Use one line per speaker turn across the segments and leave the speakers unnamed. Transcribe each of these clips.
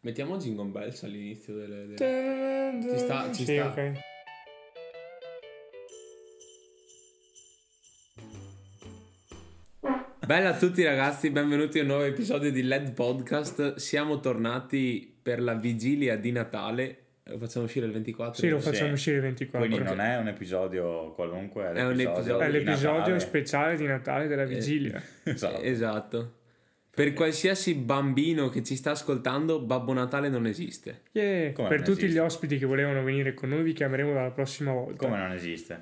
Mettiamo Jingle Bells all'inizio delle... delle-
Ci
sta, ci
sì,
sta.
ok.
Bella a tutti ragazzi, benvenuti a un nuovo episodio di LED Podcast. Siamo tornati per la vigilia di Natale. Lo facciamo uscire il 24?
Sì, lo facciamo
Sì.
uscire il 24.
Quindi non è un episodio qualunque, è,
È un episodio-
È
di
l'episodio
Natale. Eh,
speciale di Natale della vigilia.
Esatto.
Eh, Esatto. Per qualsiasi bambino che ci sta ascoltando, Babbo Natale non esiste.
Yeah.
Come
Per
non
tutti gli
esiste?
ospiti che volevano venire con noi vi chiameremo la prossima volta.
Come non esiste?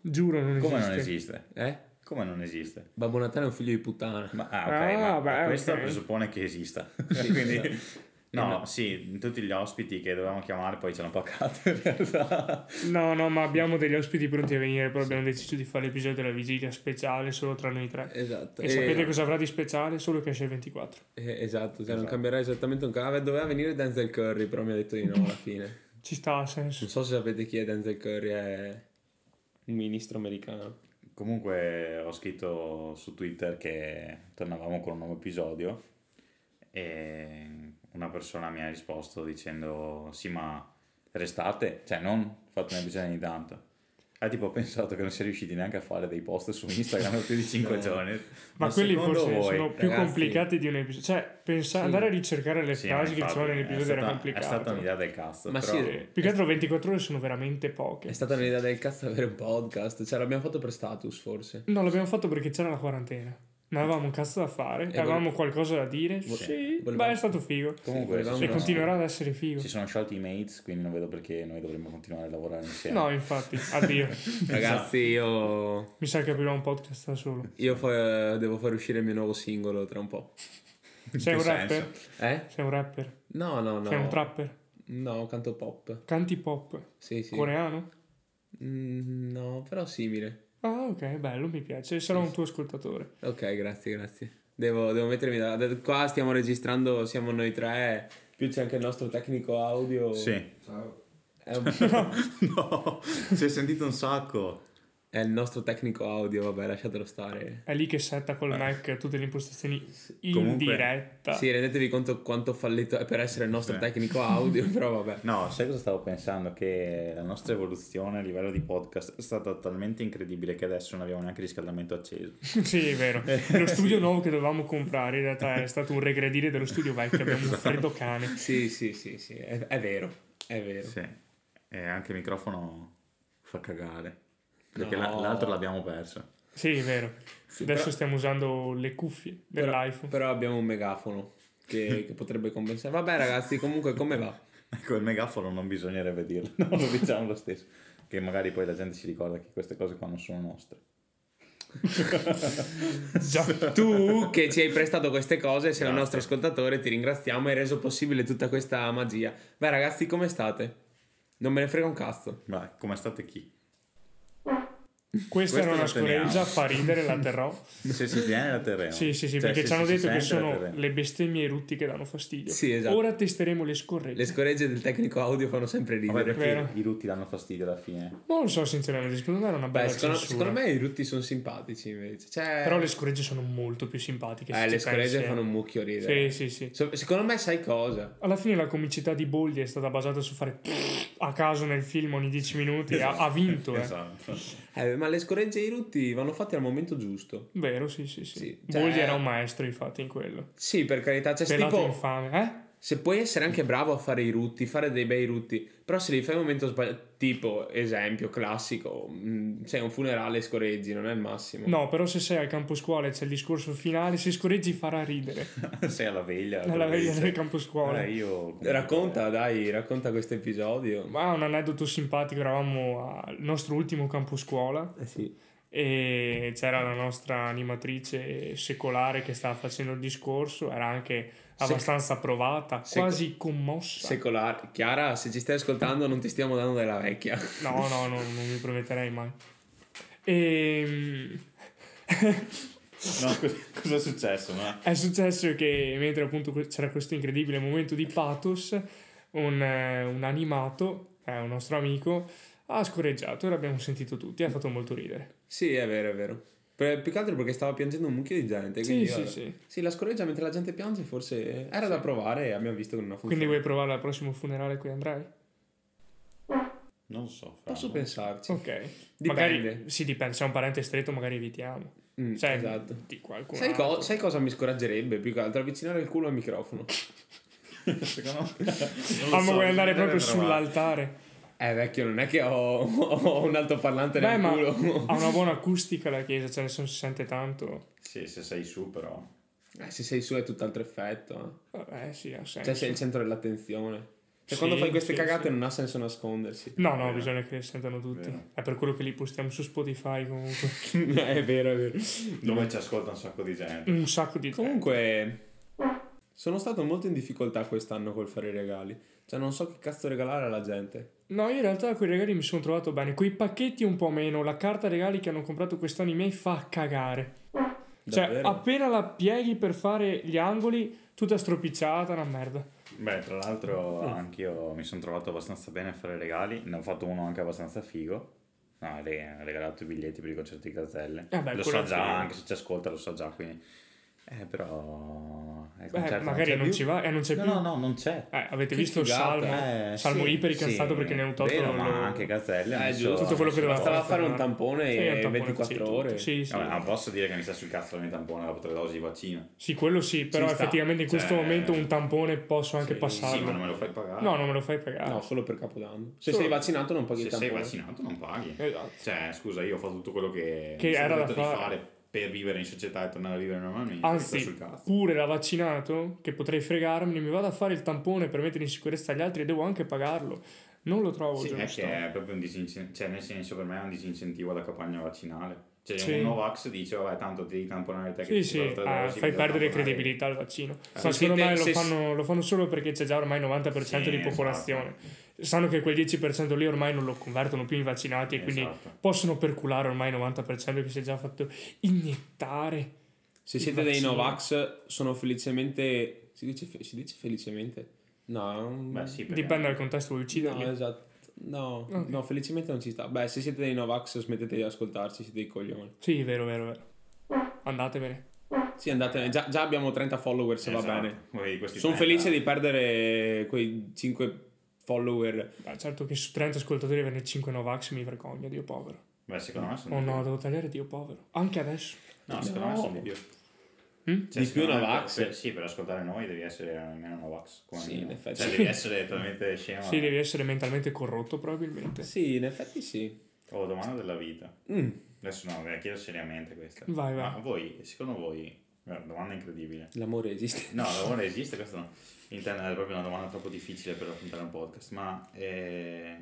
Giuro non
Come
esiste.
non esiste?
Eh?
Come non esiste?
Babbo Natale è un figlio di puttana.
Ma, ah,
Ah,
ok, ma
beh,
questo
ok.
presuppone che esista.
Sì,
Quindi-
esatto.
No, sì, tutti gli ospiti che dovevamo chiamare poi ci hanno paccato in realtà.
No, no, ma abbiamo degli ospiti pronti a venire, però abbiamo deciso di fare l'episodio della vigilia speciale solo tra noi tre.
Esatto.
E
Eh.
sapete cosa avrà di speciale? Solo che esce il 24.
eh, esatto, cioè non
Esatto.
cambierà esattamente un cavolo. Doveva venire Denzel Curry, però mi ha detto di no alla fine.
Ci sta, ha senso.
Non so se sapete chi è Denzel Curry, è un ministro americano.
Comunque ho scritto su Twitter che tornavamo con un nuovo episodio e una persona mi ha risposto dicendo sì ma restate, cioè non fate un episodio ogni tanto. E tipo ho pensato che non si è riusciti neanche a fare dei post su Instagram per più di 5
No.
giorni.
Eh. Ma, quelli
secondo
forse
voi-
sono più
ragazzi-
complicati di un episodio. Cioè, pensa-
Sì.
andare a ricercare le
Eh, Sì, ma
frasi che ci
infatti,
sono
è
nell'episodio
stata-
era
È
complicato.
stata un'idea del cazzo.
Ma
però
sì,
Sì, Più che altro 24 ore sono veramente poche.
È stata un'idea del cazzo avere un podcast. Cioè, l'abbiamo fatto per status, forse.
No, l'abbiamo fatto perché c'era la quarantena. Non avevamo un cazzo da fare,
E
avevamo
vole-
qualcosa da dire.
Vo-
sì,
volevamo-
ma è stato figo.
Comunque
Sì,
si
E
no.
sono-
continuerà ad essere figo.
Si sono sciolti i mates, quindi non vedo perché noi dovremmo continuare a lavorare insieme.
No, infatti, addio.
Ragazzi, io,
Mi sa che aprirò un podcast da solo.
io fa- devo far uscire il mio nuovo singolo tra un po'.
In
Sei
che
un
senso?
rapper?
Eh?
Sei un rapper?
No, no, no.
Sei un trapper?
No, canto pop.
Canti pop?
Sì, sì.
Coreano?
Mm, no, però simile.
Ah, ok, bello, mi piace. Sarò un tuo ascoltatore.
Ok, grazie, grazie. Devo, devo mettermi da... da- Qua stiamo registrando, siamo noi tre. Più c'è anche il nostro tecnico audio.
Sì.
È, un-
No, si è sentito un sacco.
è il nostro tecnico audio, vabbè, lasciatelo stare.
È lì che setta col Mac tutte le impostazioni in
Comunque-
diretta.
Sì, rendetevi conto quanto fallito è per essere il nostro
Sì.
tecnico audio, però vabbè.
No, sai cosa stavo pensando? Che la nostra evoluzione a livello di podcast è stata talmente incredibile che adesso non abbiamo neanche riscaldamento acceso.
Sì, è vero. Lo studio nuovo che dovevamo comprare in realtà è stato un regredire dello studio vecchio. Abbiamo un freddo cane.
Sì, sì, sì, sì, è, è vero, è vero.
Sì. E anche il microfono fa cagare. Perché
No.
la- l'altro l'abbiamo perso.
Sì, è vero.
Sì,
Adesso
però-
stiamo usando le cuffie
però,
dell'iPhone.
però abbiamo un megafono che, che potrebbe compensare. Vabbè ragazzi, comunque come va?
Ecco, il megafono non bisognerebbe dirlo. No, lo diciamo lo stesso. Che magari poi la gente si ricorda che queste cose qua non sono nostre.
Già.
Tu che ci hai prestato queste cose, sei un
Grazie.
nostro ascoltatore, ti ringraziamo, hai reso possibile tutta questa magia. Beh ragazzi, come state? Non me ne frega un cazzo.
Ma come state chi?
Questa era
lo
una
teniamo.
scoreggia, fa ridere, la terrò.
Se si tiene la terreno.
Sì, sì, sì,
Cioè,
perché
se
ci hanno
si
detto che
sente la
sono
terreno.
le bestemmie e i rutti che danno fastidio.
Sì, esatto.
Ora testeremo le scorregge.
Le scoregge del tecnico audio fanno sempre
Vabbè,
ridere.
perché
Vero.
i rutti danno fastidio alla fine.
Non lo so, sinceramente, secondo me era una bella
Beh, secondo,
censura.
secondo me i rutti sono simpatici invece. Cioè,
Però le scoregge sono molto più simpatiche. se
eh,
ci
le scoregge
pensi.
fanno un mucchio ridere.
Sì, sì, sì.
So- Secondo me sai cosa?
Alla fine la comicità di Boldi è stata basata su fare a caso nel film ogni 10 minuti. Ha- Ha, vinto, eh.
Esatto.
Eh, ma le scoregge e i rutti vanno fatti al momento giusto.
Vero, sì, sì, sì.
Sì, cioè-
Boldi era un maestro, infatti, in quello.
Sì, per carità, cioè, se
Pelato
tipo,
infame, eh?
se puoi essere anche bravo a fare i rutti, fare dei bei rutti, però se li fai al momento sbagliato, tipo, esempio classico, mh, sei a un funerale e scoreggi, non è il massimo.
No, però se sei al campo scuola e c'è il discorso finale, se scoreggi farà ridere.
Sei alla veglia.
Alla veglia
dice,
del campo scuola.
"Eh, io comunque-
Racconta, dai, racconta questo episodio.
Ma un aneddoto simpatico, eravamo al nostro ultimo campo scuola
Eh,
e c'era la nostra animatrice secolare che stava facendo il discorso, era anche abbastanza provata,
Seco-
quasi commossa.
Secolare. Chiara, se ci stai ascoltando non ti stiamo dando della vecchia.
No, no, no, non mi prometterei mai. Ehm, E...
No, cosa, cosa è successo? Ma...
È successo che mentre appunto que- c'era questo incredibile momento di pathos, un, eh, un animato, eh, un nostro amico, ha scorreggiato e l'abbiamo sentito tutti, ha fatto molto ridere.
Sì, è vero, è vero. Per- più che altro perché stava piangendo un mucchio di gente.
Sì,
quindi
sì,
vabbè.
sì.
Sì, la scoreggia mentre la gente piange forse era da provare e abbiamo visto che non ha funzionato.
Quindi vuoi provare al prossimo funerale a cui andrai?
Non so. Fra.
Posso pensarci.
Ok.
Dipende.
Magari, sì, dipende. Se è un parente stretto magari evitiamo.
Mm,
Cioè,
esatto.
di qualcun
Sai, co-
altro.
sai cosa mi scoraggerebbe più che altro? Avvicinare il culo al microfono.
Secondo me. non lo
Ah, ma
so,
vuoi andare
bisognerebbe
proprio
provare.
sull'altare?
Eh, vecchio, non è che ho, ho un altoparlante
Beh,
nel
ma
culo.
ha una buona acustica la chiesa, cioè nessuno si sente tanto.
Sì, se sei su, però.
Eh, se sei su è tutt'altro effetto.
Vabbè, sì, ha
eh.
senso.
Cioè, sei il centro dell'attenzione. Cioè,
Sì,
quando fai queste
sì,
cagate
sì.
non ha senso nascondersi.
No, no,
Vero.
bisogna che sentano tutti.
Vero.
È per quello che li postiamo su Spotify comunque.
Eh, è vero, è vero.
Dove ci ascolta un sacco di gente.
Un sacco di...
Comunque, sono stato molto in difficoltà quest'anno col fare i regali. Cioè, non so che cazzo regalare alla gente.
No, io in realtà con i regali mi sono trovato bene. Quei pacchetti un po' meno. La carta regali che hanno comprato quest'anno i miei fa cagare. Cioè,
Davvero?
appena la pieghi per fare gli angoli, tutta stropicciata, una merda.
Beh, tra l'altro,
Mm.
anch'io mi sono trovato abbastanza bene a fare regali. Ne ho fatto uno anche abbastanza figo. No, re- ho regalato i biglietti per i concerti di Gazzelle.
Eh beh,
lo
quello
so
è
già,
figo.
anche se ci ascolta, lo so già. Quindi. Eh,
Beh,
però. eh, il
Certo,
concerto
magari
c'è
non,
più.
ci va e non c'è
No,
più.
no, no, non c'è.
Eh, avete
Che
visto
figata,
Salmo?
Eh,
Salmo
sì,
iper incazzato
sì,
perché ne hanno tolto
vero,
lo-
ma anche Gazzelle ha
Eh,
messo-
giusto.
tutto quello che
ha
doveva
messo-
Bastava fare un
guarda.
tampone
Sì, un
e
tampone,
24
sì,
ore.
tutto. Sì, sì.
Vabbè, non posso dire che mi sta sul cazzo il mio tampone dopo tre dosi di vaccino.
Sì, quello sì, però
sta.
effettivamente in questo
Cioè,
momento un tampone posso anche
sì,
Sì, ma
passarlo.
non me lo fai pagare.
no, non me lo fai pagare.
No, solo per Capodanno. Se
Solo-
sei vaccinato non paghi
Ah.
eh.
Se
il tampone.
sei vaccinato non paghi.
Esatto.
Cioè, scusa, io ho fatto tutto quello che,
Che
mi sono
era da
detto
fare. Ah,
di fare per vivere in società e tornare a vivere normalmente. Mi sta
Anzi,
sul cazzo.
pure da vaccinato, che potrei fregarmi, mi vado a fare il tampone per mettere in sicurezza gli altri e devo anche pagarlo. Non lo trovo
Sì, eh, è
Oh, giusto.
che è proprio un disincentivo, cioè nel senso per me è un disincentivo alla campagna vaccinale. Cioè
Sì.
un Novax dice vabbè tanto ti devi tamponare te che
Sì,
ti
sì,
sei fatto tre
ah,
dosi,
fai
bisogna
perdere
tamponare.
credibilità al vaccino.
se
Ma secondo
siete-
me lo
se-
fanno, lo fanno solo perché c'è già ormai il 90%
Sì, esatto.
di popolazione. Sanno che quel 10% lì ormai non lo convertono più in vaccinati e quindi
Esatto.
possono perculare ormai il 90% che si è già fatto iniettare.
Se
Il
siete dei
vaccino.
Novax, sono felicemente. Si dice, fe- si dice felicemente? No,
Beh sì, perché
Dipende dal contesto, vuoi ucciderli?
No, esatto. No,
Ok.
no, felicemente non ci sta. Beh, se siete dei Novax, smettete di ascoltarci, siete dei coglioni.
Sì, vero, vero, vero. Andatevene.
Sì, andate. Già, già abamo 30 follower, se
Esatto.
va bene.
Voi questi
Sono
tre,
felice
eh,
di perdere quei 5 follower.
Beh, certo che su 30 ascoltatori averne 5 Novax mi vergogno, Dio povero.
Beh, secondo me sono
Oh
di
no,
più.
devo tagliare Dio povero. Anche adesso.
No, secondo me
No.
sono di più. Cioè,
Mm?
Di più
secondo me
Novax?
per- sì, per ascoltare noi devi essere almeno Novax. come
Sì,
minimo.
in effetti.
Cioè, devi essere totalmente scemo.
Sì, devi essere mentalmente corrotto probabilmente.
Sì, in effetti sì.
Oh, domanda della vita.
Mm,
Adesso no, ve la chiedo seriamente questa.
Vai, vai.
Ma voi, secondo voi, guarda, domanda incredibile.
l'amore esiste.
No, la domanda esiste, questo no. Intendo, è proprio una domanda troppo difficile per affrontare un podcast, ma eh,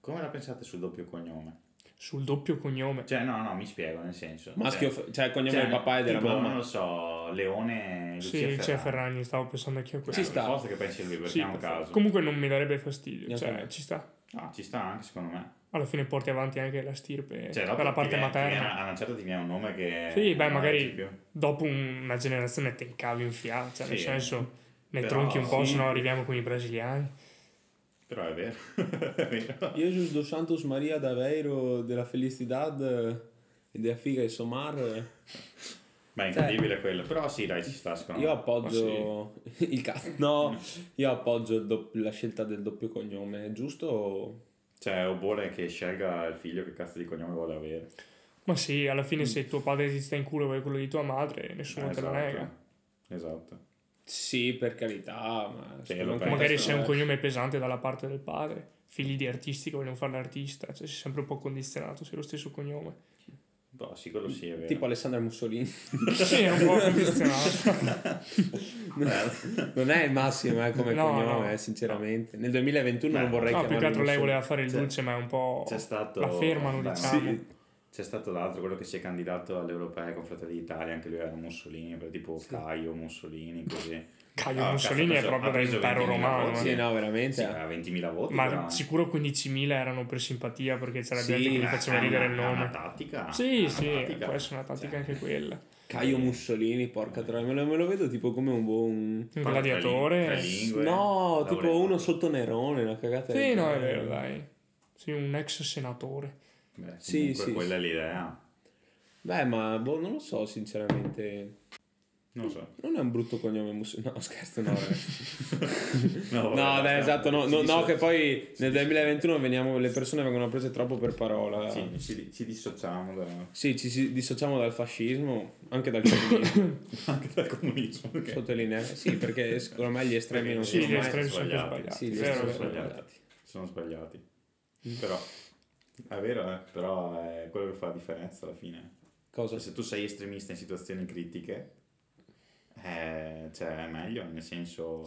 come la pensate sul doppio cognome?
Sul doppio cognome.
Cioè, no, no, mi spiego, nel senso.
Maschio,
cioè,
fe- cioè, cognome
cioè,
del papà e della
tipo,
mamma.
Non lo so, Leone, Lucia
Sì, c'è
Cioè, Ferragni.
Ferragni, stavo pensando anche a
Cioè,
questo.
Ci sta.
per forza che pensi a lui, perché
Sì,
è un
per
caso.
forza. Comunque non mi darebbe fastidio,
Neanche a
cioè
me.
ci sta.
No, ci sta anche, secondo me.
Alla fine porti avanti anche la stirpe
Cioè, dopo
Eh, per la
ti
parte
viene- ti viene-
materna.
A una certa ti viene un nome che...
Sì, beh,
non
magari
leggi più.
dopo una generazione te incavi in fiaccia, cioè, nel
Sì,
senso ne
però
tronchi un po',
sì.
se no arriviamo con i brasiliani.
Però è vero, è vero.
Jesus dos Santos Maria da Aveiro della Felicidad e della Figa e Somar.
Ma è incredibile quello. Però sì, dai, ci sta, secondo
Cioè, Io
me.
appoggio il cazzo. No, io appoggio il dopp- la scelta del doppio cognome, giusto?
Cioè, oppure che scelga il figlio che cazzo di cognome vuole avere.
Ma sì, alla
Mm.
fine se tuo padre ti sta in culo vuoi quello di tua madre, nessuno
Eh,
te lo nega.
Esatto.
Sì, per carità, ma
Sì,
secondo
lo
me
penso. eh.
Magari
questo
se è
è-
un cognome pesante dalla parte del padre, figli di artisti che vogliono fare l'artista, cioè sei sempre un po' condizionato se hai lo stesso cognome.
Boh, sì, quello sì, è vero.
Tipo Alessandra Mussolini.
sì, è un po' condizionato.
non è il massimo eh, come
No,
cognome,
no.
eh, sinceramente. Nel 2021
Beh,
non vorrei
No, più che altro lei
Mussolini.
voleva fare il
Cioè,
dulce, ma è un po'...
C'è stato...
La fermano,
Beh,
diciamo.
sì. C'è stato l'altro, quello che si è candidato alle europee con Fratelli d'Italia, anche lui era Mussolini, però tipo Caio Mussolini, così.
Caio
Ah,
Mussolini
cazzo,
è
ha
proprio
preso
dell'impero
20.000
romano.
voti,
eh.
Sì, no, veramente.
Sì, aveva 20.000 voti,
Ma
però- eh.
sicuro 15.000 erano per simpatia perché c'era
Sì,
gente che gli
eh,
faceva
è una-
ridere il
è Una
nome.
tattica. è
Sì,
una
sì,
tattica.
può essere una tattica
Cioè,
anche quella.
Caio Mussolini, porca troia, me lo, me lo vedo tipo come un buon...
Un
parla tre lin- tre
gladiatore.
lingue.
Sì,
Cinque,
No,
laureato.
tipo uno sotto Nerone, una cagata. del
no, è
genere.
vero, dai. Sì, un ex senatore.
Beh,
Sì,
comunque
sì,
quella è l'idea. eh.
Beh, ma boh, non lo so, sinceramente.
Non lo so.
Non è un brutto cognome Mussolini. No, scherzo, no. eh.
No,
No, dai,
vabbè, basta.
esatto, no,
Ci
no,
disso-
no, che poi
sì,
nel
sì.
2021 veniamo, le persone vengono prese troppo per parola.
Sì, ci, ci dissociamo da-
Sì, ci si- dissociamo dal fascismo, anche dal comunismo,
anche dal comunismo. ok.
sottolineare. Sì, perché secondo me gli estremi non
Sì,
sono
gli
mai...
estremi sono più
sbagliati.
sbagliati.
Sì, gli
vero,
estremi
sono
sono
vero.
sbagliati. Sono sbagliati. Però è vero, eh, però è quello che fa la differenza alla fine.
Cosa?
Cioè, se tu sei estremista in situazioni critiche, eh, cioè è meglio, nel senso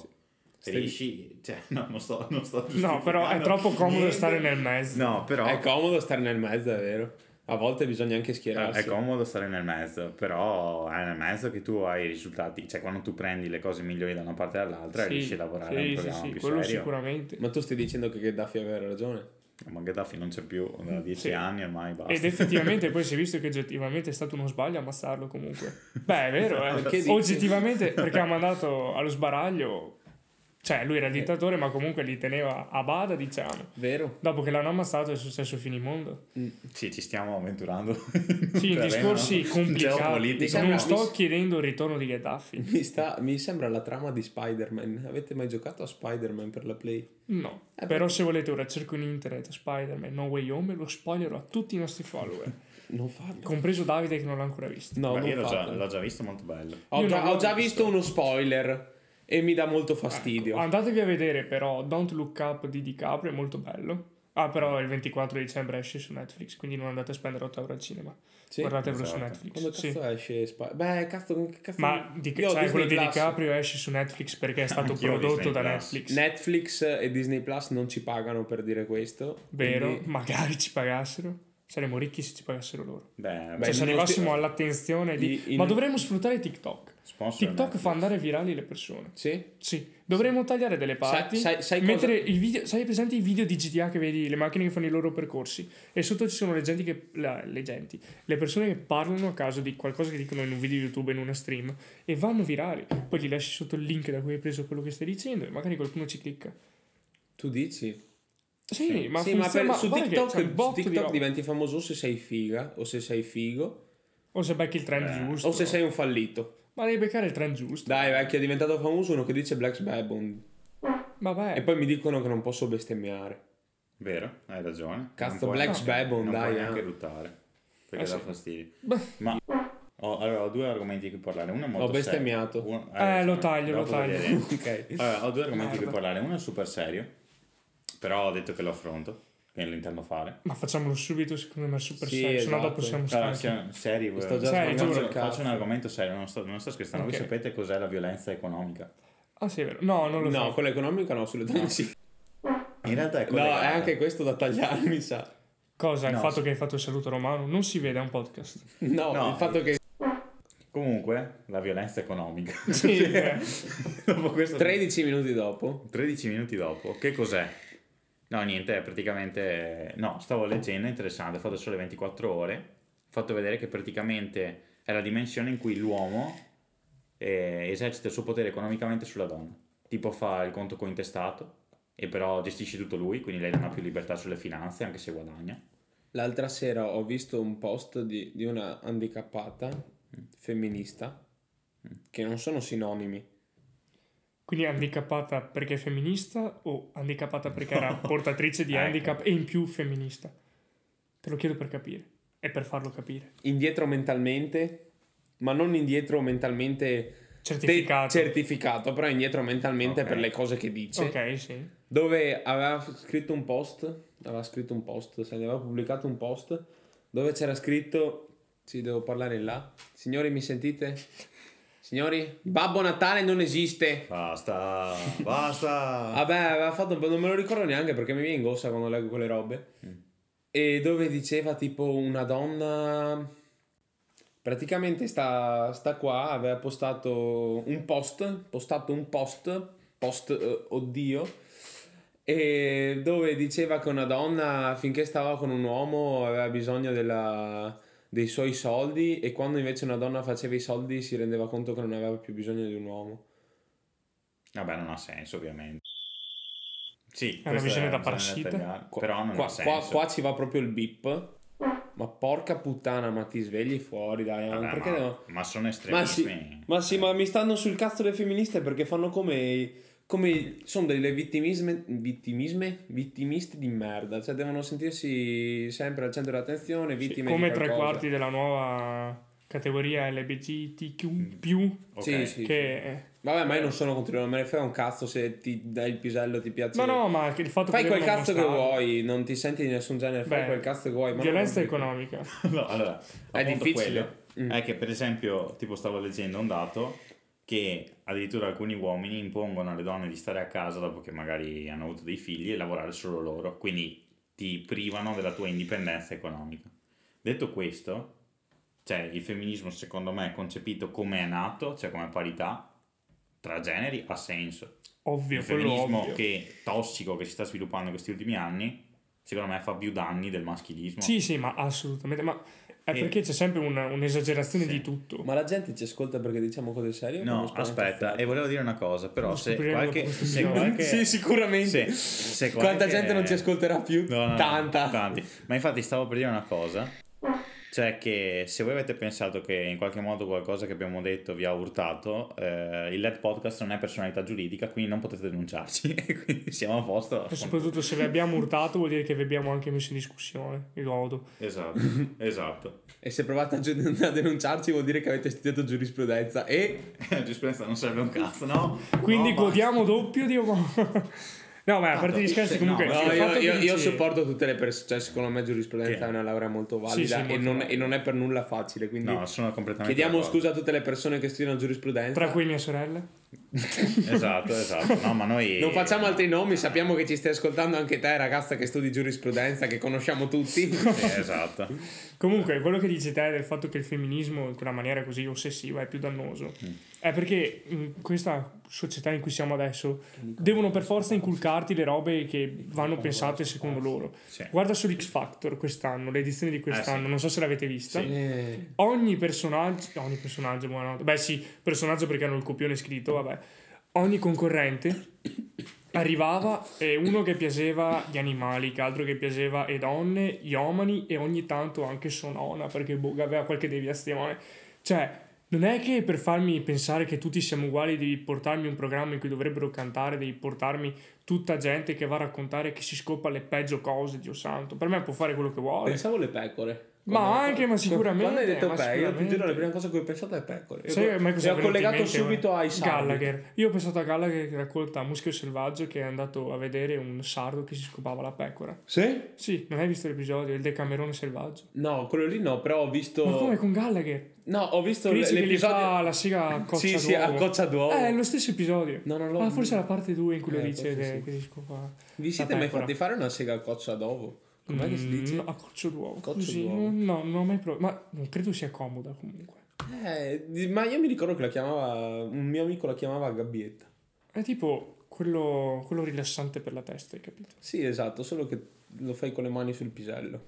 se
Stai-
riesci, cioè, no, non sto, non sto
No, però è
giustificando
troppo comodo
niente.
stare nel mezzo.
No, però
È comodo stare nel mezzo, è vero. A volte bisogna anche schierarsi.
È comodo stare nel mezzo, però è nel mezzo che tu hai i risultati, cioè quando tu prendi le cose migliori da una parte e dall'altra
Sì,
riesci a lavorare a
sì, sì,
un programma
sì,
più
quello
serio.
sicuramente.
Ma tu stai dicendo che Gheddafi aveva ragione?
Ma Gaddafi non c'è più da dieci
Sì.
anni ormai, basta.
Ed effettivamente poi si è visto che oggettivamente è stato uno sbaglio ammazzarlo comunque. Beh, è vero, eh.
Perché dici?
oggettivamente perché ha mandato allo sbaraglio, cioè lui
Eh.
era il dittatore ma comunque li teneva a bada diciamo.
Vero?
Dopo che l'hanno ammazzato è successo finimondo.
Sì, ci stiamo avventurando.
Sì, in discorsi complicati.
geopolitico.
Non
Diciamo-
sto chiedendo il ritorno di Gheddafi.
Mi, sta- mi sembra la trama di Spider-Man. Avete mai giocato a Spider-Man per la Play?
No, però se volete ora cerco in internet Spider-Man No Way Home e lo spoilerò a tutti i nostri follower,
Non fatelo.
compreso Davide che non l'ha ancora visto.
No,
Beh,
non
io l'ho già,
fatelo.
l'ho già visto molto bello.
Ho,
Io
già,
l'avevo
ho già
visto.
visto uno spoiler e mi dà molto fastidio.
Ah,
Ecco, andatevi a vedere però Don't Look Up di DiCaprio, è molto bello. Ah, però il 24 dicembre esce su Netflix, quindi non andate a spendere 8 euro al cinema.
Sì?
Guardatevelo su
esatto.
Netflix.
Quando cazzo
Sì.
esce Sp- Beh, cazzo, con che cazzo...
Ma di,
Io ho
cioè,
Disney
quello di
Plus.
DiCaprio esce su Netflix perché è stato
Anch'io ho
prodotto
Disney
da
Plus.
Netflix.
Netflix e Disney Plus non ci pagano per dire questo.
Vero?
quindi-
Magari ci pagassero. Saremmo ricchi se ci pagassero loro.
Beh,
Beh,
cioè, se
in-
arrivassimo all'attenzione di...
in-
Ma dovremmo sfruttare TikTok.
sponsor
TikTok
Netflix.
fa andare virali le persone.
Cioè, Sì?
Sì, dovremmo tagliare delle
Sai-
parti,
sai- sai
mettere i video, sai presente i video di GTA che vedi, le macchine che fanno i loro percorsi e sotto ci sono le genti che la- le genti, le persone che parlano a caso di qualcosa che dicono in un video YouTube in una stream e vanno virali. Poi gli lasci sotto il link da cui hai preso quello che stai dicendo e magari qualcuno ci clicca.
Tu dici?
Sì,
Sì.
ma,
sì,
funziona,
ma per-
ma
su
guarda che
TikTok,
c'è un
su
botto di
TikTok
roba.
diventi famoso se sei figa o se sei figo
o se becchi il trend
Eh,
giusto.
o se sei un fallito.
Ma devi beccare il trend giusto.
Dai, vecchio, è diventato famoso uno che dice Black Babbon.
Vabbè.
E poi mi dicono che non posso bestemmiare.
Vero, hai ragione.
Cazzo,
Non puoi
Black
neanche-
Babbon,
Non
dai,
puoi
eh.
neanche ruttare, perché
Eh,
dà
sì.
fastidio.
Beh.
Ma ho, allora, ho due argomenti di cui parlare. Uno è molto
Ho bestemmiato.
serio. Uno-
Eh, lo
ragione.
taglio, lo
Dopo
taglio.
vedere.
ok.
Allora, ho due argomenti di cui
Merda.
parlare. Uno è super serio, però ho detto che lo affronto, quindi lo intendo fare.
Ma facciamolo subito, secondo me è super
Sì,
serio, sennò
esatto.
dopo siamo
Allora,
stanchi.
siamo seri,
Mi sto già
Sai,
faccio,
sbagliando il
faccio
cazzo.
un argomento serio, non sto, non sto scherzando.
Ok.
Voi sapete cos'è la violenza economica?
Ah, sì, è vero. No, non lo so.
No, quello economico no, sulle donne sì.
In realtà è
No,
collegata.
è anche questo da tagliare, mi sa.
Cosa? Il
No,
fatto
sì.
che hai fatto il saluto romano? Non si vede, è un podcast.
No,
No.
il fatto che
Comunque, la violenza economica.
Sì, eh.
Dopo questo
13 minuti dopo
13 minuti dopo, che cos'è? No, niente, è praticamente... No, stavo leggendo, è interessante, ho fatto solo 24 ore, ho fatto vedere che praticamente è la dimensione in cui l'uomo eh, esercita il suo potere economicamente sulla donna. Tipo fa il conto cointestato, e però gestisce tutto lui, quindi lei non ha più libertà sulle finanze, anche se guadagna.
L'altra sera ho visto un post di, di una handicappata
Mm.
femminista che non sono sinonimi.
Quindi handicappata perché è femminista o handicappata perché era portatrice di
Ecco.
handicap e in più femminista? Te lo chiedo per capire e per farlo capire.
Indietro mentalmente, ma non indietro mentalmente te-
Certificato.
certificato, però indietro mentalmente
Ok.
per le cose che dice.
Ok, sì.
Dove aveva scritto un post, aveva scritto un post, se ne aveva pubblicato un post dove c'era scritto sì, devo parlare in là. Signori, mi sentite? Signori, Babbo Natale non esiste.
Basta, basta!
Vabbè, aveva fatto un po', non me lo ricordo neanche perché mi viene in gossa quando leggo quelle robe. E dove diceva tipo una donna. Praticamente sta, sta qua, aveva postato un post, postato un post, post, eh, oddio, e dove diceva che una donna finché stava con un uomo aveva bisogno della- dei suoi soldi e quando invece una donna faceva i soldi si rendeva conto che non aveva più bisogno di un uomo.
Vabbè, non ha senso, ovviamente. Sì,
una
questa
visione da
bisogna
parassita.
tagliare, Però non
qua, qua-
ha senso.
qua ci va proprio il bip. Ma porca puttana, ma ti svegli fuori, dai.
Vabbè,
perché
ma,
no?
ma sono
Ma sì,
estremismi.
ma sì, ma mi stanno sul cazzo le femministe perché fanno come. come sono delle vittimisme, vittimisme, vittimiste di merda, cioè devono sentirsi sempre al centro dell'attenzione,
Sì,
vittime
come
di
tre
qualcosa.
quarti della nuova categoria LBGTQ,
Ok.
Sì, sì,
che...
sì. Vabbè, ma io non sono contro, non me ne frega un cazzo se ti dai il pisello, ti piace.
No, no, ma che il fatto
Fai
che
quel
devono
cazzo che
mostrarlo.
vuoi, non ti senti di nessun genere, fai
Beh,
quel cazzo che vuoi. Ma
Violenza
non-
economica.
No, allora, è
difficile.
difficile.
Mm.
È che per esempio, tipo stavo leggendo un dato che addirittura alcuni uomini impongono alle donne di stare a casa dopo che magari hanno avuto dei figli e lavorare solo loro, quindi ti privano della tua indipendenza economica. Detto questo, cioè il femminismo secondo me è concepito come è nato, cioè come parità tra generi, ha senso
Ovvio,
il
quello
femminismo
ovvio.
che tossico che si sta sviluppando in questi ultimi anni, secondo me fa più danni del maschilismo.
Sì, sì, ma assolutamente. Ma è
E-
perché c'è sempre una- un'esagerazione
Sì.
di tutto.
Ma la gente ci ascolta perché diciamo cose serie? o
No,
quando
aspetta,
spaventafiate?
e volevo dire una cosa, però
Lo
se
scopriremo
qualche,
dopo questo
se
video.
qualche-
Sì, sicuramente.
se- se
Quanta
qualche-
gente non ci ascolterà più?
No, no, no,
Tanta.
tanti. Ma infatti stavo per dire una cosa, cioè che se voi avete pensato che in qualche modo qualcosa che abbiamo detto vi ha urtato, eh, il LED Podcast non è personalità giuridica, quindi non potete denunciarci, quindi siamo a posto.
E soprattutto se vi abbiamo urtato vuol dire che vi abbiamo anche messo in discussione. Mi godo.
Esatto, esatto.
E se provate a, giu- a denunciarci vuol dire che avete studiato giurisprudenza e...
Eh, Giustamente non serve un cazzo, no?
Quindi
No, ma-
godiamo doppio di omo- No, ma a parte gli scherzi
se-
comunque...
no,
il
No, io,
fatto che
io- io
dici-
supporto tutte le persone, cioè secondo me giurisprudenza
Sì.
è una laurea molto valida
sì,
e,
molto
non,
valida.
e non è per nulla facile, quindi
No, sono completamente
chiediamo
d'accordo.
scusa a tutte le persone che studiano giurisprudenza.
Tra cui mia sorella.
Esatto, esatto. No, ma noi
Non facciamo altri nomi, sappiamo che ci stai ascoltando anche te ragazza che studi giurisprudenza, che conosciamo tutti.
Eh,
Sì, esatto.
Comunque, quello che dici te del fatto che il femminismo in quella maniera così ossessiva è più dannoso
Mm.
è perché in questa società in cui siamo adesso devono per forza inculcarti le robe che vanno pensate secondo loro.
Sì.
Guarda su X Factor quest'anno, l'edizione di quest'anno, non so se l'avete vista.
Eh,
Ogni personaggio, ogni personaggio, buonanotte. Beh, sì, personaggio perché hanno il copione scritto, vabbè. Ogni concorrente arrivava e uno che piaceva gli animali, che altro che piaceva e donne, gli omani e ogni tanto anche sonona perché boh, aveva qualche deviazione. Cioè, non è che per farmi pensare che tutti siamo uguali devi portarmi un programma in cui dovrebbero cantare, devi portarmi tutta gente che va a raccontare che si scopa le peggio cose, Dio santo. Per me può fare quello che vuole.
pensavo le pecore.
Ma
Quando-
anche, ma sicuramente,
Quando hai detto
ma
pecore, io ti
sicuramente.
giuro la prima cosa che ho pensato è pecore. Io-
Sai a me cosa
e
è
ho
venuto in
collegato
mente
subito
ora?
ai saldi.
Gallagher. Io ho pensato a Gallagher che raccolta Muschio Selvaggio che è andato a vedere un sardo che si scopava la pecora.
Sì?
Sì, non hai visto l'episodio? Il Decamerone Selvaggio.
No, quello lì no, però ho visto...
Ma come con Gallagher?
No, ho visto
Dici che gli
l'episodio...
fa la sigla a coccia
Sì, sì, a
d'uovo.
Coccia d'Uovo.
Eh, è lo stesso episodio.
No, non l'ho-
Ah, forse è la parte 2 in cui lo
Eh,
dice
forse
che,
sì.
che si scopa.
Vi siete
la
mai
pecora.
fatti fare una sega a coccia d'ovo? Com'è che si
Mm,
dice?
A coccia d'uovo.
Coccia
Così,
d'uovo.
No, non ho mai provato. Ma non credo sia comoda comunque.
Eh, di- ma io mi ricordo che la chiamava... Un mio amico la chiamava Gabbietta.
È tipo quello, quello rilassante per la testa, hai capito?
Sì, esatto, solo che lo fai con le mani sul pisello.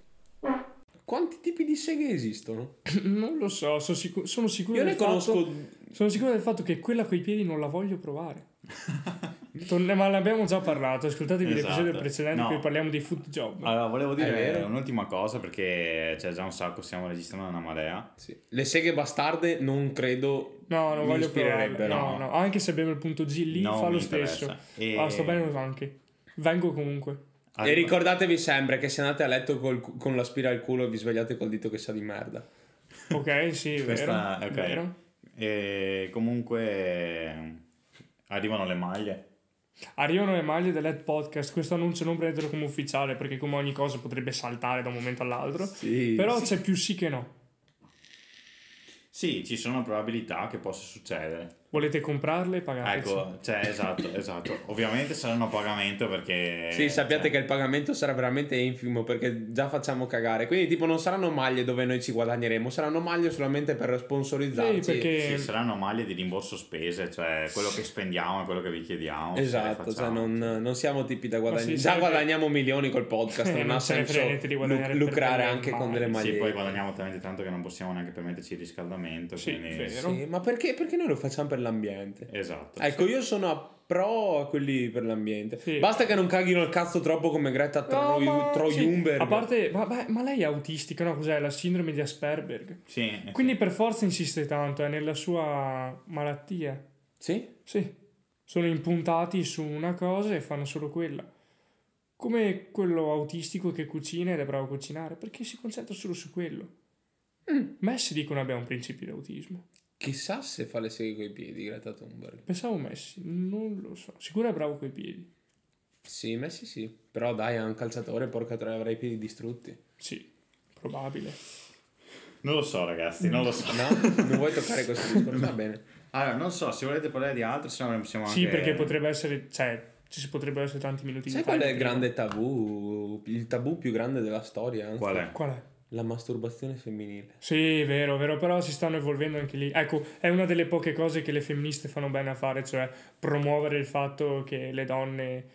Quanti tipi di seghe esistono?
Non lo so, sono, sicuro sono sicuro
Io
del
ne conosco...
fatto- sono sicuro del fatto che quella coi piedi non la voglio provare. Torne- ma ne abbiamo già parlato. Ascoltatevi
Esatto.
l'episodio precedente in
No. Ah,
cui parliamo di food job.
Allora, volevo
È
dire
vero.
un'ultima cosa perché c'è già un sacco, stiamo registrando una marea.
Sì. Le seghe bastarde non credo...
no, non
mi
voglio provare.
ispirerebbe,
No,
no.
no, anche se abbiamo il punto G lì,
Non
fa
mi
lo
interessa.
stesso.
E-
Ah, sto bene anche. Vengo comunque.
E
Arriva-
ricordatevi sempre che se andate a letto col cu- con la spira al culo vi svegliate col dito che sa di merda.
Ok, sì, è vero.
Questa-
è
ok.
vero.
E comunque arrivano le maglie.
Arrivano le maglie dell'Ed Podcast. Questo annuncio non prendetelo come ufficiale perché, come ogni cosa, potrebbe saltare da un momento all'altro.
Sì.
Però c'è più sì che no.
Sì, ci sono probabilità che possa succedere.
Volete comprarle? Pagate.
Ecco, cioè, esatto, esatto. Ovviamente saranno a pagamento perché...
Sì, sappiate
cioè,
che il pagamento sarà veramente infimo perché già facciamo cagare. Quindi, tipo, non saranno maglie dove noi ci guadagneremo, saranno maglie solamente per sponsorizzarci.
Sì, perché
Sì, saranno maglie di rimborso spese, cioè quello che spendiamo è quello che vi chiediamo. se
Esatto,
le
cioè
facciamo.
non, non siamo tipi da guadagnare.
Ma sì,
già
sai che-
guadagniamo milioni col podcast,
Eh,
non,
non
ha
se ne
senso
frega niente di guadagnare
lu-
per
lucrare
prendere
anche
un
con delle
Sì,
maglie.
poi guadagliamo talmente tanto che non possiamo neanche permetterci il riscaldamento.
Sì,
quindi...
vero.
Sì, ma perché, perché noi lo facciamo per per l'ambiente.
Esatto.
Ecco, io sono a pro a quelli per l'ambiente.
Sì.
Basta che non caghino il cazzo troppo come Greta Troi-
ma-
Trojumberg.
sì, a parte, ma, ma- ma lei è autistica, no? Cos'è? La sindrome di
Eh,
Asperger.
Sì.
Quindi per forza insiste tanto, è nella sua malattia.
Sì?
Sì, sono impuntati su una cosa e fanno solo quella. Come quello autistico che cucina ed è bravo a cucinare, perché si concentra solo su quello. Messi dicono abbia un principio di autismo.
Chissà se fa le seghe coi piedi Greta Thunberg.
Pensavo Messi, non lo so. Sicuro è bravo coi piedi.
Sì, Messi sì. Però dai, è un calciatore, porca troia, avrà i piedi distrutti.
Sì, probabile.
Non lo so, ragazzi, non lo so.
No? non vuoi toccare questo discorso? Va bene.
Allora, non so, se volete parlare di altro, se no possiamo
Sì,
anche...
perché potrebbe essere, cioè, ci si potrebbero essere tanti minuti di
Sai
time
qual è il
prima.
grande tabù? Il tabù più grande della storia? anzi?
Qual è?
Qual è?
La masturbazione femminile.
Sì, vero, vero, però si stanno evolvendo anche lì. Ecco, è una delle poche cose che le femministe fanno bene a fare, cioè promuovere il fatto che le donne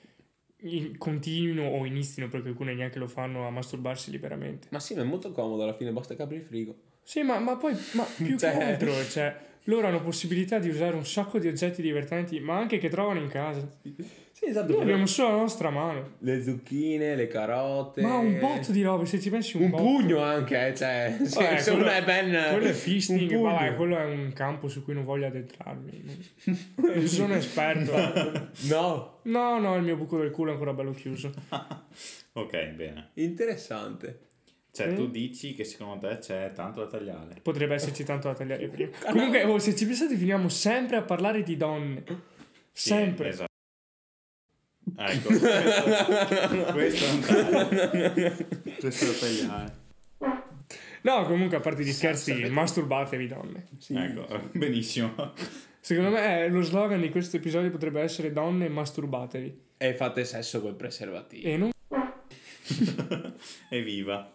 in- continuino o inistino, perché alcune neanche lo fanno, a masturbarsi liberamente.
Ma sì, ma è molto comodo alla fine, basta che apri il frigo.
Sì, ma, ma poi, ma più
Cioè-
che altro, cioè, loro hanno possibilità di usare un sacco di oggetti divertenti, ma anche che trovano in casa.
Sì, esatto.
Noi
perché
abbiamo solo la nostra mano.
Le zucchine, le carote.
Ma un botto di robe, se ci pensi un,
Un
botto.
pugno anche, eh, cioè. Se,
Vabbè,
se
quello-
uno è ben. eh,
Quello è fisting,
un pugno.
vabbè, quello è un campo su cui non voglio addentrarmi. Non- Non sono esperto.
No,
No, no, il mio buco del culo è ancora bello chiuso.
Ok, bene.
interessante.
Cioè,
Sì.
tu dici che secondo te c'è tanto da tagliare.
Potrebbe esserci tanto da tagliare prima.
Ah,
Comunque, oh, se ci pensate, finiamo sempre a parlare di donne.
Sì,
Sempre.
Esatto. Ecco, questo, questo è un taglio. Questo da tagliare.
No, comunque, a parte gli scherzi, masturbatevi donne.
Sì.
Ecco, benissimo.
Secondo me eh, lo slogan di questo episodio potrebbe essere donne masturbatevi.
E fate sesso col preservativo.
E non...
Evviva.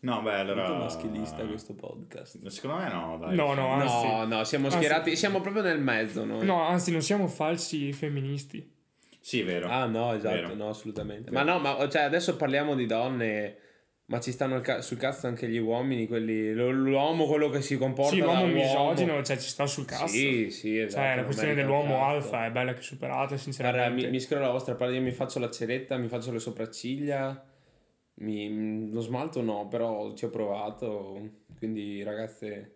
No, beh, allora...
Molto maschilista questo podcast.
Secondo me no, dai.
No, no, anzi.
No, no, siamo
Anzi.
schierati. Siamo proprio nel mezzo noi.
Ah, No, anzi, non siamo falsi femministi.
Sì, è vero.
Ah, no, esatto,
Vero.
no, assolutamente.
Vero.
Ma no, ma cioè, adesso parliamo di donne. Ma ci stanno il ca- sul cazzo anche gli uomini, quelli, lo- l'uomo, quello che si comporta
Sì,
da
l'uomo
uomo.
misogino, cioè, ci sta sul cazzo.
Sì, sì, esatto.
Cioè, la
non
questione
merita
dell'uomo
un cazzo.
alfa è bella che superata,
Guarda,
sinceramente.
mi, mi scrollo la vostra palla, io mi faccio la ceretta, mi faccio le sopracciglia, mi- lo smalto no, però ci ho provato, quindi ragazze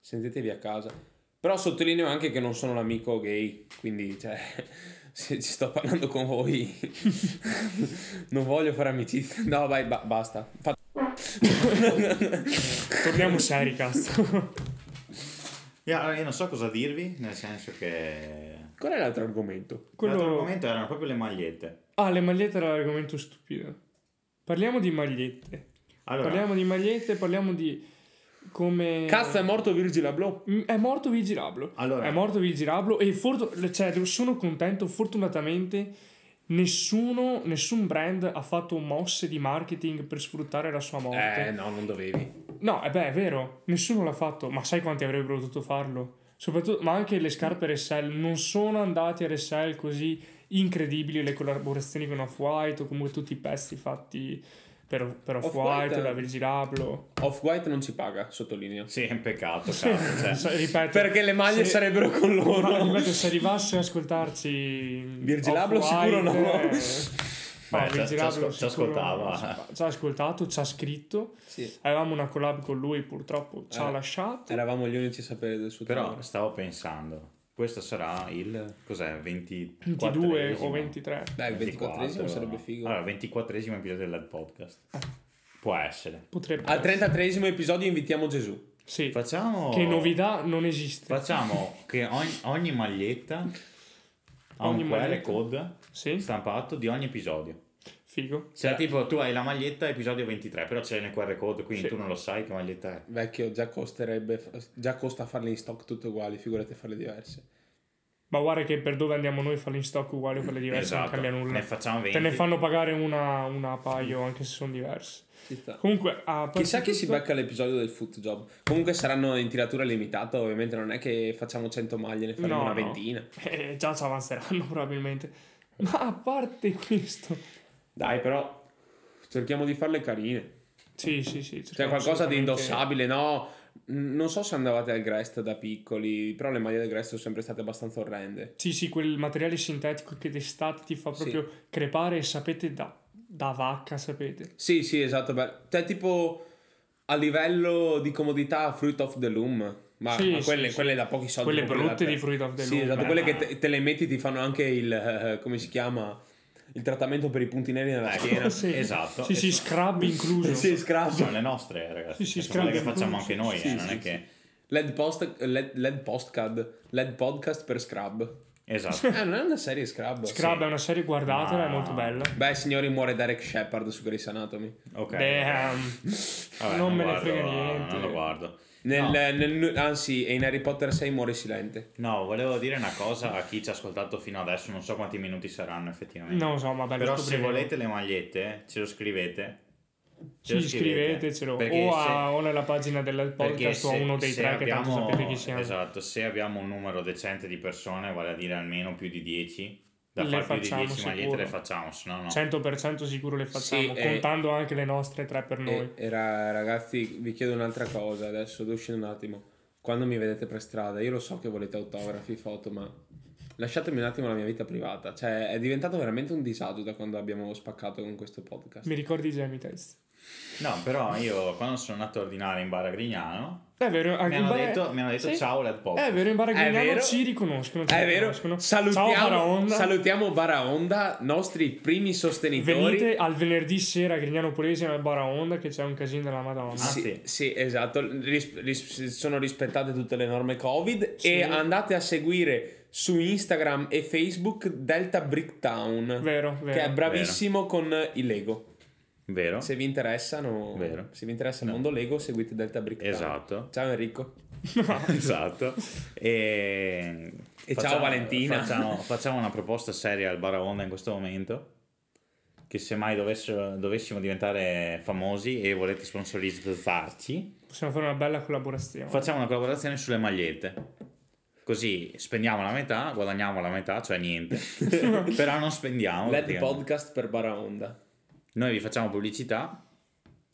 sentitevi a casa. Però sottolineo anche che non sono l'amico gay, quindi cioè, se ci sto parlando con voi non voglio fare amicizia. No, vai, ba- basta. Fa-
Torniamo seri, cazzo.
Io, allora, io non so cosa dirvi, nel senso che...
Qual è l'altro argomento?
L'altro
Quello...
argomento erano proprio le magliette.
Ah, le magliette era l'argomento stupido. Parliamo di magliette.
Allora,
Parliamo di magliette, parliamo di come...
Cazzo è morto Virgil Abloh?
Mm, È morto Vigilablo.
Allora.
È morto Vigilablo e fortu- cioè, sono contento, fortunatamente nessuno, nessun brand ha fatto mosse di marketing per sfruttare la sua morte.
Eh, no, non dovevi.
No, eh beh, è vero, nessuno l'ha fatto, ma sai quanti avrebbero potuto farlo? Soprattutto, ma anche le scarpe RSL non sono andate a RSL così incredibili le collaborazioni con Off-White o comunque tutti i pezzi fatti per, per Off-White,
Off-White,
da Virgil Abloh.
Off-White non ci paga, sottolineo.
sì, è un peccato,
Ah,
cazzo, cioè.
Sa- ripeto,
Perché le maglie
se-
sarebbero con loro.
ma ripeto, se arrivasse a ascoltarci
Virgil Abloh
Off-White,
sicuro no.
eh, no,
Beh, ci-
Virgil
ci asco-
Abloh
ci
sicuro
ascoltava.
no. Ci ha ascoltato, ci ha scritto.
Sì.
Avevamo una collab con lui, purtroppo ci ha
Eh.
lasciato.
Eravamo gli unici a sapere del suo
Però
tenore.
stavo pensando, questo sarà il cos'è? 24
22 o 23.
Dai, il 24 sarebbe figo.
Allora, 24 episodio del podcast. Può essere.
Potrebbe.
Al 33 episodio invitiamo Gesù.
Sì.
Facciamo
Che novità non esiste.
Facciamo che ogni, ogni maglietta ha
Ogni
un QR
maglietta.
code
Sì,
stampato di ogni episodio.
figo.
Cioè, tipo, tu hai la maglietta episodio 23, però c'è nel QR code, quindi
Sì.
tu non lo sai che maglietta è.
Vecchio, già costerebbe. Già costa farle in stock tutte uguali, figurate farle diverse.
Ma guarda che per dove andiamo noi farle in stock uguali o quelle diverse
Esatto.
non cambia
Ne
nulla.
facciamo 20.
Te ne fanno pagare una, una a paio anche se sono diverse.
Ci sta.
Comunque, a parte
Chissà chi si
tutto-
becca l'episodio del foot job. Comunque saranno in tiratura limitata, ovviamente non è che facciamo 100 maglie, ne faremo
No,
una
no.
ventina.
Eh, già ci avanzeranno probabilmente. Ma a parte questo...
Dai, però cerchiamo di farle carine.
Sì, sì, sì.
Cioè qualcosa di
assolutamente-
indossabile, no? Non so se andavate al Grest da piccoli, però le maglie del Grest sono sempre state abbastanza orrende.
Sì, sì, quel materiale sintetico che d'estate ti fa proprio crepare, sapete, da, da vacca, sapete.
Sì, sì, esatto. Beh, cioè, tipo a livello di comodità, Fruit of the Loom. Ma,
Sì,
ma
sì,
quelle,
sì.
quelle da pochi soldi.
Quelle
proprio
brutte
da-
di Fruit of the
Sì,
Loom,
esatto.
eh,
Quelle che
ma-
te, te le metti ti fanno anche il. eh, come si chiama? Il trattamento per i puntini nella
Eh,
schiena.
Sì.
Esatto.
Sì, sì, scrub incluso.
Sì,
Sono
scrappa.
le nostre, ragazzi.
Sì, sì,
cioè, sono quelle che
scrappi.
facciamo anche noi,
Sì,
eh,
sì,
non
sì,
è che...
LED, post, LED, LED postcard. LED podcast per Scrub.
Esatto.
Eh, non è una serie Scrub.
Scrub
Sì. Ah,
è una serie, guardatela,
Ma-
è molto bella.
Beh, signori, muore Derek Shepard su Grey's Anatomy.
Ok.
Damn.
Vabbè,
ehm, non me ne
guardo-
frega niente.
Non lo guardo.
Nel,
No.
nel- anzi, e in Harry Potter 6 muore Silente.
No, volevo dire una cosa a chi ci ha ascoltato fino adesso, non so quanti minuti saranno effettivamente.
Non lo so, ma bello
Però se volete le magliette, ce lo scrivete.
Ci scrivetecelo o, a- o nella pagina del
perché
podcast o a
se-
uno dei
se
tre che tanto
abbiamo-
sapete chi siamo.
Esatto, se abbiamo un numero decente di persone, vale a dire almeno più di 10, da
Le
fare più di
facciamo
10 magliette
sicuro. Cioè-
le facciamo, se no no.
100% sicuro le facciamo,
Sì, eh.
contando anche le nostre tre
eh,
per noi.
E, e ra- ragazzi, vi chiedo un'altra cosa adesso, devo uscire un attimo. Quando mi vedete per strada, io lo so che volete autografi, foto, ma lasciatemi un attimo la mia vita privata. Cioè, è diventato veramente un disagio da quando abbiamo spaccato con questo podcast.
Mi ricordi i Jamie Test?
No, però io quando sono andato a ordinare in bar a Grignano,
È vero, anche
mi
Ah, in
hanno,
Bare-
detto, mi hanno detto
Sì. Eh,
ciao Led Pop.
È vero, in
È vero.
Baragliano ci riconoscono. Ci
È vero,
riconoscono. Ciao,
salutiamo,
Baraonda.
salutiamo Baraonda, nostri primi sostenitori.
Venite al venerdì sera a Grignano Polese al Baraonda che c'è un casino della Madonna.
Ah,
Sì,
sì.
sì, esatto, Ris- ris- sono rispettate tutte le norme Covid
Sì.
e andate a seguire su Instagram e Facebook Delta Bricktown,
Vero,
che è
vero.
bravissimo con i Lego.
Vero?
Se vi interessano,
Vero.
se vi interessa il mondo Lego, seguite Delta Bricktown.
Esatto.
Ciao Enrico.
esatto. E,
E ciao, Valentina.
Facciamo, facciamo una proposta seria al Baraonda in questo momento. Che se mai dovessero- dovessimo diventare famosi e volete sponsorizzarci,
Possiamo fare una bella collaborazione.
facciamo una collaborazione sulle magliette. Così spendiamo la metà, guadagniamo la metà, cioè niente. Però non spendiamo.
LED
perché
Podcast per Baraonda.
Noi vi facciamo pubblicità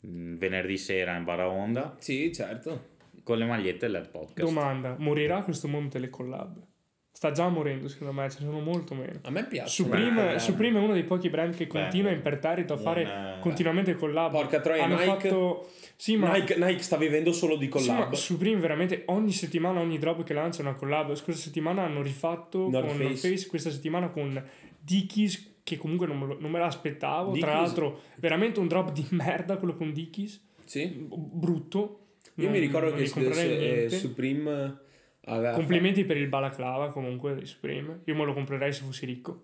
mh, venerdì sera in Baraonda
Sì, certo.
con le magliette e LED Podcast.
Domanda, morirà questo mondo delle collab? Sta già morendo secondo me, ce ne sono molto meno.
A me piace.
Supreme,
Eh,
Supreme è uno dei pochi brand che
Beh,
continua imperterrito a fare
un, eh,
continuamente collab.
Ah, Porca troia,
Hanno
Nike-
fatto... Sì, ma...
Nike, Nike sta vivendo solo di
sì, ma
collab.
Supreme veramente ogni settimana, ogni drop che lancia è una collab. La scorsa settimana hanno rifatto
North
con
Face.
North Face, questa settimana con Dickies, che comunque non me, lo- non me l'aspettavo. Tra
Dickies?
l'altro, veramente un drop di merda quello con Dickies,
Sì.
b- brutto.
Io
Non-
mi ricordo
non
che
gli comprerei
se- eh,
niente.
Supreme aveva
Complimenti per il balaclava comunque di Supreme. Io me lo comprerei se fossi ricco.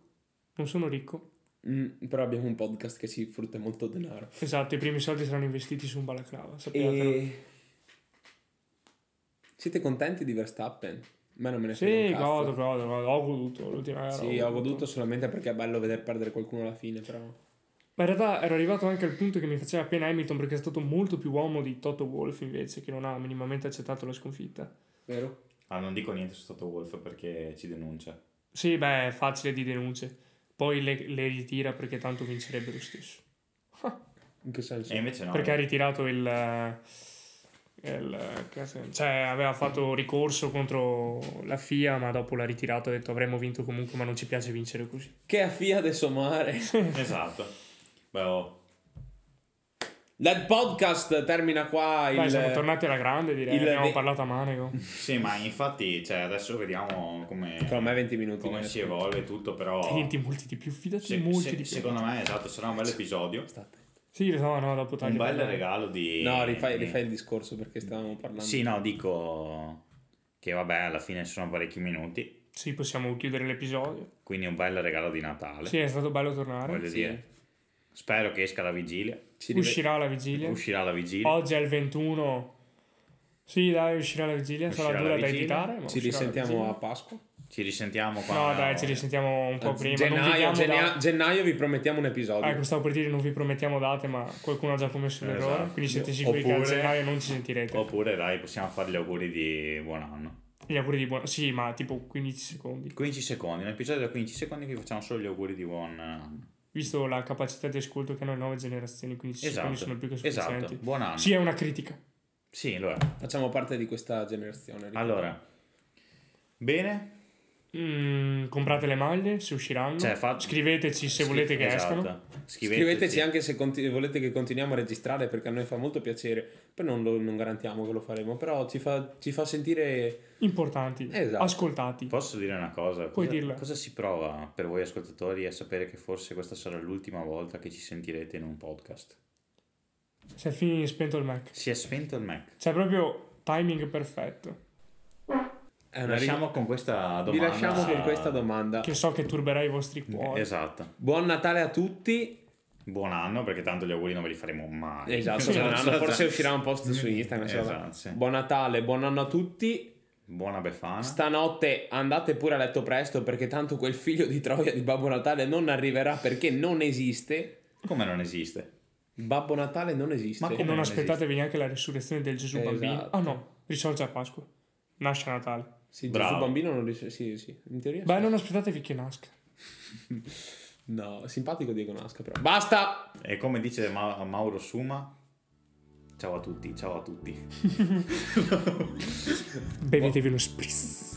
Non sono ricco.
Mm, però abbiamo un podcast che ci frutta molto denaro.
Esatto, i primi soldi saranno investiti su un balaclava. Sappiatelo.
E... Siete contenti di Verstappen? A me non me ne frega
Sì,
un cazzo.
godo, godo, godo. Ho goduto l'ultima gara,
Sì, ho goduto solamente perché è bello veder perdere qualcuno alla fine, però.
Ma in realtà ero arrivato anche al punto che mi faceva pena Hamilton perché è stato molto più uomo di Toto Wolff invece, che non ha minimamente accettato la sconfitta.
Vero?
Ah, non dico niente su Toto Wolf perché ci denuncia.
Sì, beh, è facile di denunce. Poi le, le ritira perché tanto vincerebbe lo stesso.
In che senso?
E
Eh.
invece no.
Perché ha ritirato il. eh, il- cazzo- cioè, aveva fatto ricorso contro la FIA, ma dopo l'ha ritirato e ha detto avremmo vinto comunque, ma non ci piace vincere così.
Che a Fiat adesso mare.
Esatto. Beh, oh,
Led Podcast termina qua
Dai,
il...
siamo tornati alla grande, direi.
il-
Abbiamo
il-
parlato a Manego.
sì, ma infatti, cioè, adesso vediamo come,
Secondo me 20 minuti.
come
ne-
eh.
si evolve tutto, però...
Clienti molti di più, fidati
se-
molti
se-
di più.
secondo me, esatto, sarà un bel episodio.
State.
Sì, no, no, dopo taglio.
Un bel regalo di...
No,
Eh,
rifai,
di-
rifai il discorso perché stavamo parlando.
Sì, no, dico che vabbè, alla fine sono parecchi minuti,
Sì, possiamo chiudere l'episodio.
quindi un bel regalo di Natale,
Sì, è stato bello tornare.
voglio dire. Spero che esca la vigilia,
Ci rive-
Uscirà alla vigilia. Oh.
uscirà la vigilia.
Oggi è il 21. Sì, dai, uscirà alla vigilia.
Uscirà
Sarà dura
alla
da
vigilia.
editare. ma
Ci
uscirà alla
risentiamo
vigilia.
a Pasqua.
Ci risentiamo qua.
No, dai, ci risentiamo un po' prima. non
gennaio,
vediamo
gennaio,
date.
gennaio vi promettiamo un episodio.
Ecco, stavo per dire non vi promettiamo date, ma qualcuno ha già commesso
Esatto.
l'errore. Quindi siete sicuri che a
Oppure-
gennaio non ci sentirete.
Oppure, dai, possiamo fare gli auguri di buon anno.
Gli auguri di buon... Sì, ma tipo 15 secondi.
15 secondi, un episodio da 15 secondi che facciamo solo gli auguri di buon anno.
Visto la capacità di ascolto che hanno le nuove generazioni, 15 secondi sono più che
esatto,
sufficienti.
buon anno.
Sì, è una critica.
Sì, lo è.
Facciamo parte di questa generazione. ricordo.
Allora, bene.
Mm, comprate le maglie se usciranno.
Cioè, fa-
Scriveteci se volete che
Esatto.
escano.
Scriveteci.
Scriveteci anche se conti- volete che continuiamo a registrare perché a noi fa molto piacere. Poi non, lo- non garantiamo che lo faremo, però ci fa, ci fa sentire...
Importanti.
Esatto.
Ascoltati.
Posso dire una cosa?
Puoi
cosa,
dirla.
cosa si prova per voi ascoltatori a sapere che forse questa sarà l'ultima volta che ci sentirete in un podcast?
Se fini spento il Mac.
Si è spento il Mac.
C'è proprio timing perfetto.
È eh, una ri-
Lasciamo con questa domanda.
Vi lasciamo con questa domanda.
Che so che turberà i vostri cuori.
Esatto.
Buon Natale a tutti.
Buon anno, perché tanto gli auguri non ve li faremo mai.
Esatto,
Cioè,
buon
non
anno.
so-
forse uscirà un post su Instagram. insomma.
Esatto, sì. Ah.
Buon Natale, buon anno a tutti.
Buona Befana.
Stanotte andate pure a letto presto perché tanto quel figlio di Troia di Babbo Natale non arriverà perché non esiste.
Come non esiste?
Babbo Natale non esiste.
Ma
E
come
non
non
aspettatevi neanche la risurrezione del Gesù
Esatto.
bambino. Ah no, risorge a Pasqua. Nasce a Natale.
Sì, Gesù
Bravo.
bambino non riesce. Sì, sì, in teoria.
Beh,
sì.
non aspettatevi che nasca.
No, simpatico Diego Nasca però. Basta!
E come dice Ma- Mauro Suma, ciao a tutti, ciao a tutti.
Bevetevi lo spritz.